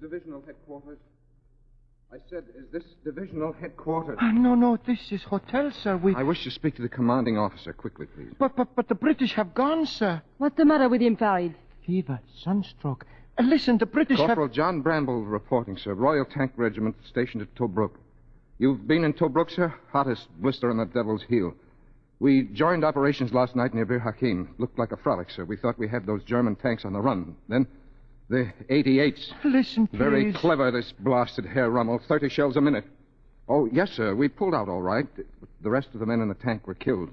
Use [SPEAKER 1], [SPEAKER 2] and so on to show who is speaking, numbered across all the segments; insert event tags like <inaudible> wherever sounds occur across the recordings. [SPEAKER 1] divisional headquarters. I said, is this divisional headquarters?
[SPEAKER 2] Ah, no, no, this is hotel, sir. We.
[SPEAKER 1] I wish to speak to the commanding officer quickly, please.
[SPEAKER 2] But, but, but the British have gone, sir.
[SPEAKER 3] What's the matter with him, Farid?
[SPEAKER 2] Fever, sunstroke. Uh, listen, the British have.
[SPEAKER 1] Corporal John Bramble reporting, sir. Royal Tank Regiment stationed at Tobruk. You've been in Tobruk, sir? Hottest blister on the devil's heel. We joined operations last night near Bir Hakeim. Looked like a frolic, sir. We thought we had those German tanks on the run. Then the 88s.
[SPEAKER 2] Listen, please.
[SPEAKER 1] Very clever, this blasted Herr Rummel. 30 shells a minute. Oh, yes, sir. We pulled out all right. The rest of the men in the tank were killed.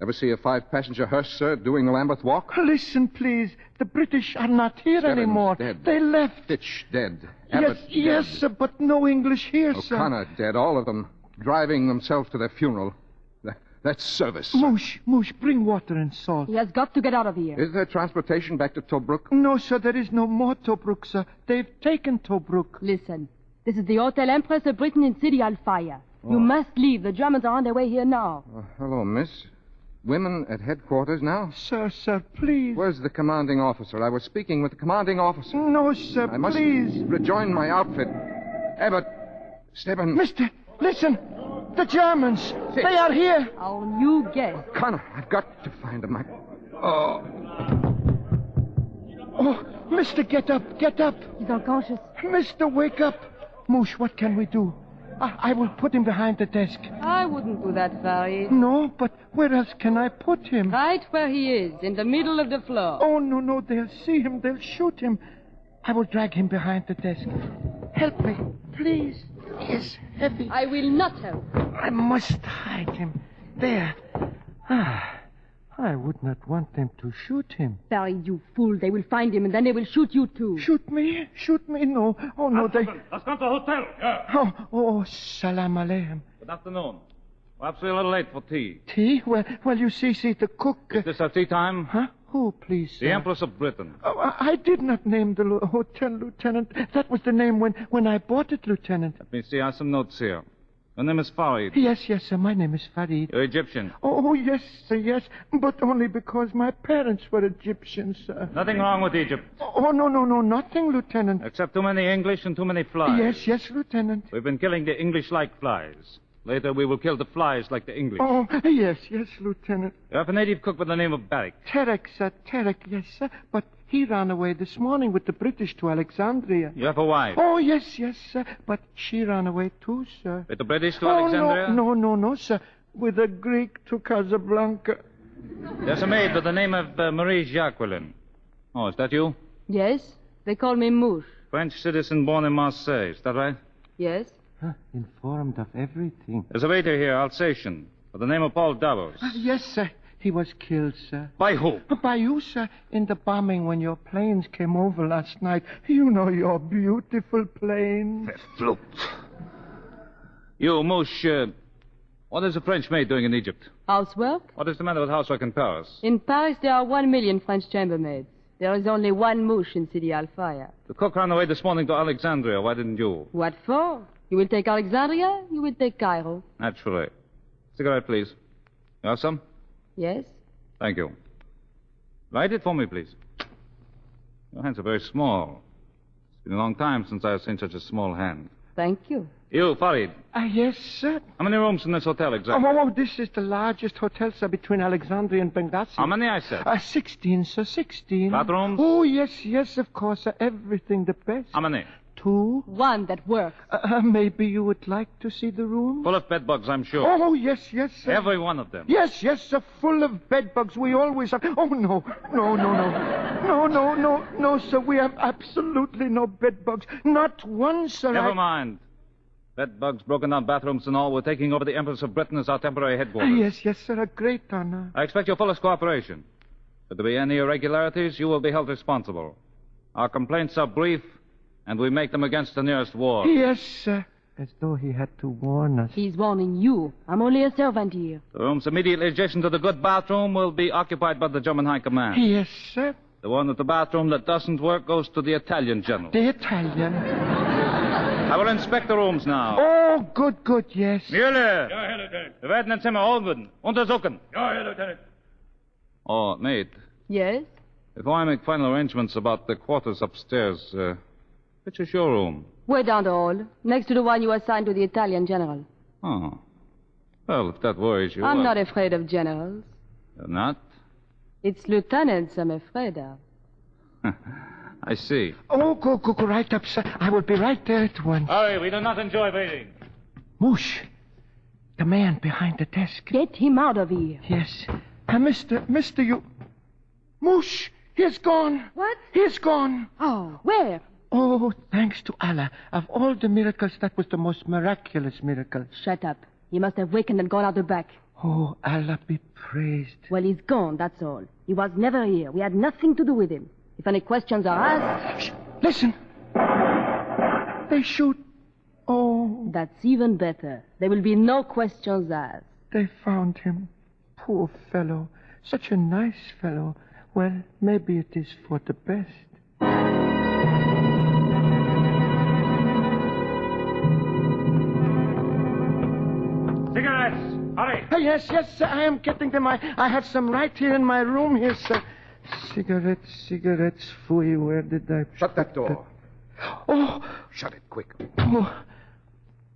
[SPEAKER 1] Ever see a five passenger hearse, sir, doing the Lambeth Walk?
[SPEAKER 2] Listen, please. The British are not here
[SPEAKER 1] Seven
[SPEAKER 2] anymore.
[SPEAKER 1] dead.
[SPEAKER 2] They left.
[SPEAKER 1] Stitch dead.
[SPEAKER 2] yes,
[SPEAKER 1] Abbott
[SPEAKER 2] yes,
[SPEAKER 1] dead.
[SPEAKER 2] sir, but no English here, sir.
[SPEAKER 1] O'Connor dead. All of them driving themselves to their funeral. That, that's service. sir.
[SPEAKER 2] Moosh, Moosh, bring water and salt.
[SPEAKER 3] He has got to get out of here.
[SPEAKER 1] Is there transportation back to Tobruk?
[SPEAKER 2] No, sir, there is no more Tobruk, sir. They've taken Tobruk.
[SPEAKER 3] Listen, this is the Hotel Empress of Britain in City Alfaya. You must leave. The Germans are on their way here now.
[SPEAKER 1] Oh, hello, miss. Women at headquarters now?
[SPEAKER 2] Sir, sir, please.
[SPEAKER 1] Where's the commanding officer? I was speaking with the commanding officer.
[SPEAKER 2] No, sir,
[SPEAKER 1] I must
[SPEAKER 2] please.
[SPEAKER 1] rejoin my outfit. Abbott, Stephen.
[SPEAKER 2] Mister, listen. The Germans. They are here.
[SPEAKER 3] Our new guest.
[SPEAKER 1] Connor, I've got to find him. I... Oh,
[SPEAKER 2] Oh, mister, get up, get up.
[SPEAKER 3] He's unconscious.
[SPEAKER 2] Mister, wake up. Moosh, what can we do? I, I will put him behind the desk.
[SPEAKER 3] I wouldn't do that, Farid.
[SPEAKER 2] No, but where else can I put him?
[SPEAKER 3] Right where he is, in the middle of the floor.
[SPEAKER 2] Oh, no, no, they'll see him. They'll shoot him. I will drag him behind the desk. Help me, please. He is heavy.
[SPEAKER 3] I will not help.
[SPEAKER 2] I must hide him. There. Ah, I would not want them to shoot him.
[SPEAKER 3] Farid, you fool. They will find him and then they will shoot you too.
[SPEAKER 2] Shoot me? Shoot me? No. Oh, no, they.
[SPEAKER 4] Let's go to the hotel. Yeah.
[SPEAKER 2] Oh, oh, salam aleim.
[SPEAKER 4] Good afternoon. Perhaps we're a little late for tea.
[SPEAKER 2] Tea? Well, well, you see, see, the cook. uh,
[SPEAKER 4] Is this our tea time?
[SPEAKER 2] huh? Who, please?
[SPEAKER 4] The
[SPEAKER 2] sir?
[SPEAKER 4] Empress of Britain.
[SPEAKER 2] Oh, I I did not name the lo- hotel, Lieutenant. That was the name when, when I bought it, Lieutenant.
[SPEAKER 4] Let me see. I have some notes here. Your name is Farid.
[SPEAKER 2] Yes, yes, sir. My name is Farid.
[SPEAKER 4] You're Egyptian.
[SPEAKER 2] Oh, yes, sir, yes. But only because my parents were Egyptians, sir.
[SPEAKER 4] Nothing wrong with Egypt,
[SPEAKER 2] Oh, no, no, no, nothing, Lieutenant.
[SPEAKER 4] except too many English and too many flies.
[SPEAKER 2] Yes, yes, Lieutenant.
[SPEAKER 4] We've been killing the English like flies. Later, we will kill the flies like the English.
[SPEAKER 2] Oh, yes, yes, Lieutenant.
[SPEAKER 4] You have a native cook by the name of Barik.
[SPEAKER 2] Tarek, sir, Tarek, yes, sir. But he ran away this morning with the British to Alexandria.
[SPEAKER 4] You have a wife.
[SPEAKER 2] Oh, yes, yes, sir. But she ran away too, sir.
[SPEAKER 4] With the British to
[SPEAKER 2] oh,
[SPEAKER 4] Alexandria?
[SPEAKER 2] No, no, no, no, sir. With a Greek to Casablanca.
[SPEAKER 4] There's a maid by the name of uh, Marie Jacqueline. Oh, is that you?
[SPEAKER 3] Yes? They call me Moosh.
[SPEAKER 4] French citizen born in Marseille. Is that right?
[SPEAKER 3] Yes?
[SPEAKER 2] informed of everything.
[SPEAKER 4] There's a waiter here, Alsatian, by the name of Paul Davos.
[SPEAKER 2] Ah, Yes, sir. He was killed, sir.
[SPEAKER 4] By who?
[SPEAKER 2] By you, sir, in the bombing when your planes came over last night. You know your beautiful planes.
[SPEAKER 4] Float. You, Moosh, uh, what is a French maid doing in Egypt?
[SPEAKER 3] Housework?
[SPEAKER 4] What is the matter with housework in Paris?
[SPEAKER 3] In Paris, there are one million French chambermaids. There is only one Moosh in City Alfaya.
[SPEAKER 4] The cook ran away this morning to Alexandria. Why didn't you?
[SPEAKER 3] What for? You will take Alexandria, you will take Cairo.
[SPEAKER 4] Naturally. Cigarette, please. You have some?
[SPEAKER 3] Yes?
[SPEAKER 4] Thank you. Light it for me, please. Your hands are very small. It's been a long time since I have seen such a small hand.
[SPEAKER 3] Thank you.
[SPEAKER 4] You, Farid,
[SPEAKER 2] Ah, yes, sir.
[SPEAKER 4] how many rooms in this hotel
[SPEAKER 2] Oh,
[SPEAKER 4] exactly?
[SPEAKER 2] oh, oh, this is the largest hotel, sir, between Alexandria and Benghazi.
[SPEAKER 4] How many, I said?
[SPEAKER 2] Uh, 16, sir, 16.
[SPEAKER 4] Bathrooms?
[SPEAKER 2] Oh, yes, yes, of course, sir. Everything the best.
[SPEAKER 4] How many?
[SPEAKER 2] Two?
[SPEAKER 3] One that works.
[SPEAKER 2] Uh, uh, maybe you would like to see the room?
[SPEAKER 4] Full of bedbugs, I'm sure.
[SPEAKER 2] Oh, yes, yes, sir.
[SPEAKER 4] Every one of them.
[SPEAKER 2] Yes, yes, sir, full of bedbugs. We always have. Oh, no, no, no, no. No, no, no, no, sir. We have absolutely no bedbugs. Not one, sir.
[SPEAKER 4] Never
[SPEAKER 2] I-
[SPEAKER 4] mind. Bedbugs, broken down bathrooms, and all, we're taking over the Empress of Britain as our temporary
[SPEAKER 2] Ah,
[SPEAKER 4] headquarters.
[SPEAKER 2] Yes, yes, sir. A great honor.
[SPEAKER 4] I expect your fullest cooperation. If there be any irregularities, you will be held responsible. Our complaints are brief, and we make them against the nearest war.
[SPEAKER 2] Yes, sir. As though he had to warn us.
[SPEAKER 3] He's warning you. I'm only a servant here.
[SPEAKER 4] The rooms immediately adjacent to the good bathroom will be occupied by the German High Command.
[SPEAKER 2] Yes, sir.
[SPEAKER 4] The one at the bathroom that doesn't work goes to the Italian general.
[SPEAKER 2] The Italian.
[SPEAKER 4] I will inspect the rooms now.
[SPEAKER 2] Oh, good, good, yes.
[SPEAKER 4] Mueller!
[SPEAKER 5] Ja, Herr Lieutenant.
[SPEAKER 4] Wir werden im Zimmer oben untersuchen.
[SPEAKER 5] Ja, Herr Lieutenant.
[SPEAKER 4] Oh, mate,
[SPEAKER 3] Yes?
[SPEAKER 4] before I make final arrangements about the quarters upstairs, uh, Which is your room?
[SPEAKER 3] Way down the hall, next to the one you assigned to the Italian general.
[SPEAKER 4] Oh. Well, if that worries you.
[SPEAKER 3] I'm
[SPEAKER 4] I-
[SPEAKER 3] not afraid of generals.
[SPEAKER 4] You're not?
[SPEAKER 3] It's lieutenants I'm afraid of.
[SPEAKER 4] I see.
[SPEAKER 2] Oh, go, go, go right up, sir. I will be right there at once.
[SPEAKER 4] Hurry, we do not enjoy waiting.
[SPEAKER 2] Moosh, the man behind the desk.
[SPEAKER 3] Get him out of here.
[SPEAKER 2] Yes. Uh, mister, mister, you. Moosh, he's gone.
[SPEAKER 3] What?
[SPEAKER 2] He's gone.
[SPEAKER 3] Oh, where?
[SPEAKER 2] Oh, thanks to Allah. Of all the miracles, that was the most miraculous miracle.
[SPEAKER 3] Shut up. He must have wakened and gone out the back.
[SPEAKER 2] Oh, Allah be praised.
[SPEAKER 3] Well, he's gone, that's all. He was never here. We had nothing to do with him. If any questions are asked,
[SPEAKER 2] Shh, listen. They shoot. Oh,
[SPEAKER 3] that's even better. There will be no questions asked.
[SPEAKER 2] they found him. Poor fellow. Such a nice fellow. Well, maybe it is for the best.
[SPEAKER 4] Cigarettes! Hurry!
[SPEAKER 2] Ah, yes, yes, sir. I am getting them. I, I have some right here in my room here, sir. Cigarettes, cigarettes, fooey, where did I...
[SPEAKER 1] Shut that door.
[SPEAKER 2] Oh,
[SPEAKER 1] Shut it quick.
[SPEAKER 2] oh,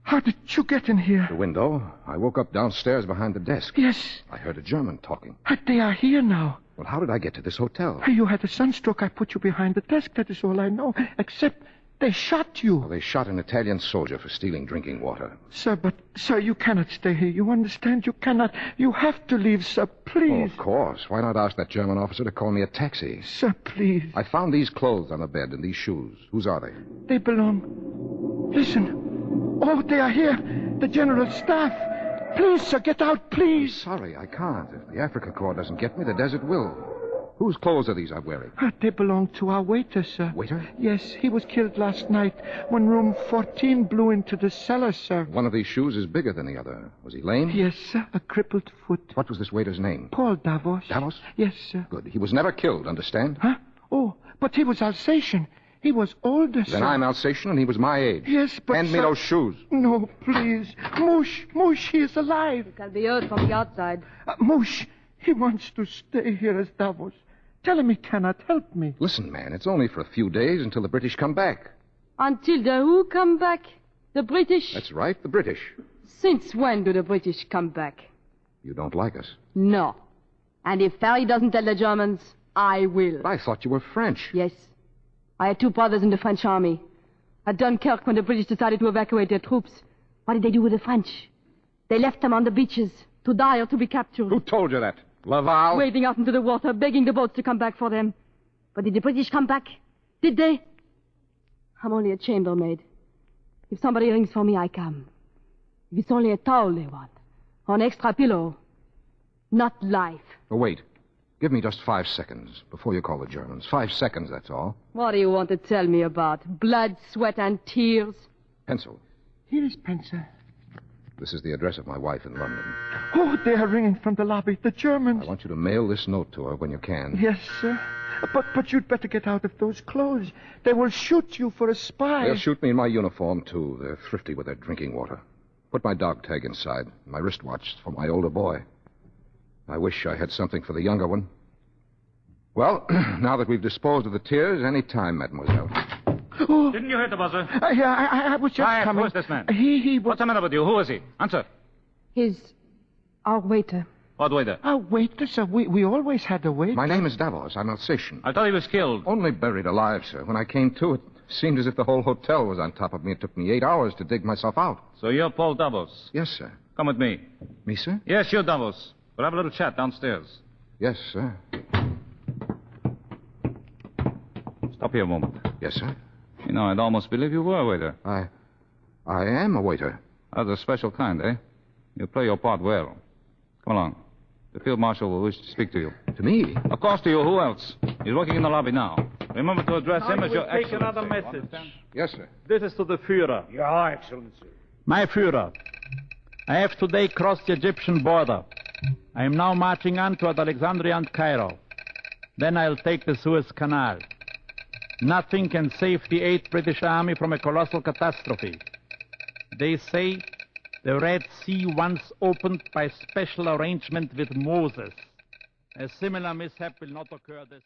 [SPEAKER 2] how did you get in here?
[SPEAKER 1] The window. I woke up downstairs behind the desk.
[SPEAKER 2] Yes,
[SPEAKER 1] I heard a German talking.
[SPEAKER 2] ah, they are here now.
[SPEAKER 1] Well, how did I get to this hotel?
[SPEAKER 2] Ah, You had a sunstroke. I put you behind the desk. That is all I know, except they shot you.
[SPEAKER 1] Well, they shot an Italian soldier for stealing drinking water.
[SPEAKER 2] Sir, but, sir, you cannot stay here. You understand? You cannot. You have to leave, sir.
[SPEAKER 1] Oh,
[SPEAKER 2] Please.
[SPEAKER 1] of course. Why not ask that German officer to call me a taxi?
[SPEAKER 2] Sir, please.
[SPEAKER 1] I found these clothes on the bed and these shoes. Whose are they?
[SPEAKER 2] They belong. Listen. Oh, they are here. The general staff. Please, sir, get out, please.
[SPEAKER 1] Sorry, I can't. If the Africa Corps doesn't get me, the desert will. Whose clothes are these I'm wearing?
[SPEAKER 2] Ah, They belong to our waiter, sir.
[SPEAKER 1] Waiter?
[SPEAKER 2] Yes, he was killed last night when room 14 blew into the cellar, sir.
[SPEAKER 1] One of these shoes is bigger than the other. Was he lame?
[SPEAKER 2] Yes, sir, a crippled foot.
[SPEAKER 1] What was this waiter's name?
[SPEAKER 2] Paul Davos.
[SPEAKER 1] Davos?
[SPEAKER 2] Yes, sir.
[SPEAKER 1] Good. He was never killed, understand?
[SPEAKER 2] Huh? Oh, but he was Alsatian. He was older, sir.
[SPEAKER 1] Then I'm Alsatian and he was my age.
[SPEAKER 2] Yes, but
[SPEAKER 1] Hand me
[SPEAKER 2] sir-
[SPEAKER 1] those shoes.
[SPEAKER 2] No, please. Moosh, Moosh, he is alive.
[SPEAKER 3] It can be heard from the outside.
[SPEAKER 2] Uh, Moosh, he wants to stay here as Davos. Tell him he cannot help me.
[SPEAKER 1] Listen, man, it's only for a few days until the British come back.
[SPEAKER 3] Until the who come back? The British?
[SPEAKER 1] That's right, the British.
[SPEAKER 3] Since when do the British come back?
[SPEAKER 1] You don't like us.
[SPEAKER 3] No. And if Farry doesn't tell the Germans, I will.
[SPEAKER 1] But I thought you were French.
[SPEAKER 3] Yes. I had two brothers in the French army. At Dunkirk, when the British decided to evacuate their troops, what did they do with the French? They left them on the beaches to die or to be captured,
[SPEAKER 1] Who told you that? Laval?
[SPEAKER 3] wading out into the water, begging the boats to come back for them. But did the British come back? Did they? I'm only a chambermaid. If somebody rings for me, I come. If it's only a towel they want, or an extra pillow. Not life.
[SPEAKER 1] Oh, wait. Give me just five seconds before you call the Germans. Five seconds, that's all.
[SPEAKER 3] What do you want to tell me about? Blood, sweat, and tears?
[SPEAKER 1] Pencil.
[SPEAKER 2] Here is Spencer.
[SPEAKER 1] This is the address of my wife in London.
[SPEAKER 2] Oh, they are ringing from the lobby. The
[SPEAKER 1] I
[SPEAKER 2] Germans.
[SPEAKER 1] want you to mail this note to her when you can.
[SPEAKER 2] Yes, sir. But but you'd better get out of those clothes. They will shoot you for a spy.
[SPEAKER 1] They'll shoot me in my uniform, too. They're thrifty with their drinking water. Put my dog tag inside, my wristwatch for my older boy. I wish I had something for the younger one. Well, <clears throat> now that we've disposed of the tears, any time, mademoiselle.
[SPEAKER 4] Didn't you hear the buzzer?
[SPEAKER 2] Uh, yeah, I, I, I was just
[SPEAKER 4] Quiet,
[SPEAKER 2] coming.
[SPEAKER 4] who is this man?
[SPEAKER 2] He he was
[SPEAKER 4] What's the matter with you? Who is he? Answer.
[SPEAKER 3] His. our waiter.
[SPEAKER 4] What waiter?
[SPEAKER 2] a waiter, Oh, sir. We we always had a waiter.
[SPEAKER 1] My name is Davos. I'm Alsatian.
[SPEAKER 4] I thought he was killed.
[SPEAKER 1] Only buried alive, sir. When I came to, it seemed as if the whole hotel was on top of me. It took me eight hours to dig myself out.
[SPEAKER 4] So you're Paul Davos.
[SPEAKER 1] Yes, sir.
[SPEAKER 4] Come with me.
[SPEAKER 1] Me, sir?
[SPEAKER 4] Yes, you're Davos. We'll have a little chat downstairs.
[SPEAKER 1] Yes, sir.
[SPEAKER 4] Stop here a moment.
[SPEAKER 1] Yes, sir.
[SPEAKER 4] You know, I'd almost believe you were a waiter.
[SPEAKER 1] I. I am a waiter.
[SPEAKER 4] Of the special kind, eh? You play your part well. Come along. The field marshal will wish to speak to you.
[SPEAKER 1] To me?
[SPEAKER 4] Of course to you. Who else? He's working in the lobby now. Remember to address him
[SPEAKER 5] I
[SPEAKER 4] as
[SPEAKER 5] will
[SPEAKER 4] your
[SPEAKER 5] take
[SPEAKER 4] excellency.
[SPEAKER 5] another
[SPEAKER 4] You
[SPEAKER 5] message.
[SPEAKER 4] understand?
[SPEAKER 1] Yes, sir.
[SPEAKER 5] This is to the Führer. Your Excellency. My Führer, I have today crossed the Egyptian border. I am now marching on toward Alexandria and Cairo. Then I'll take the Suez Canal. Nothing can save the Eighth British Army from a colossal catastrophe. They say the Red Sea once opened by special arrangement with Moses. A similar mishap will not occur this time.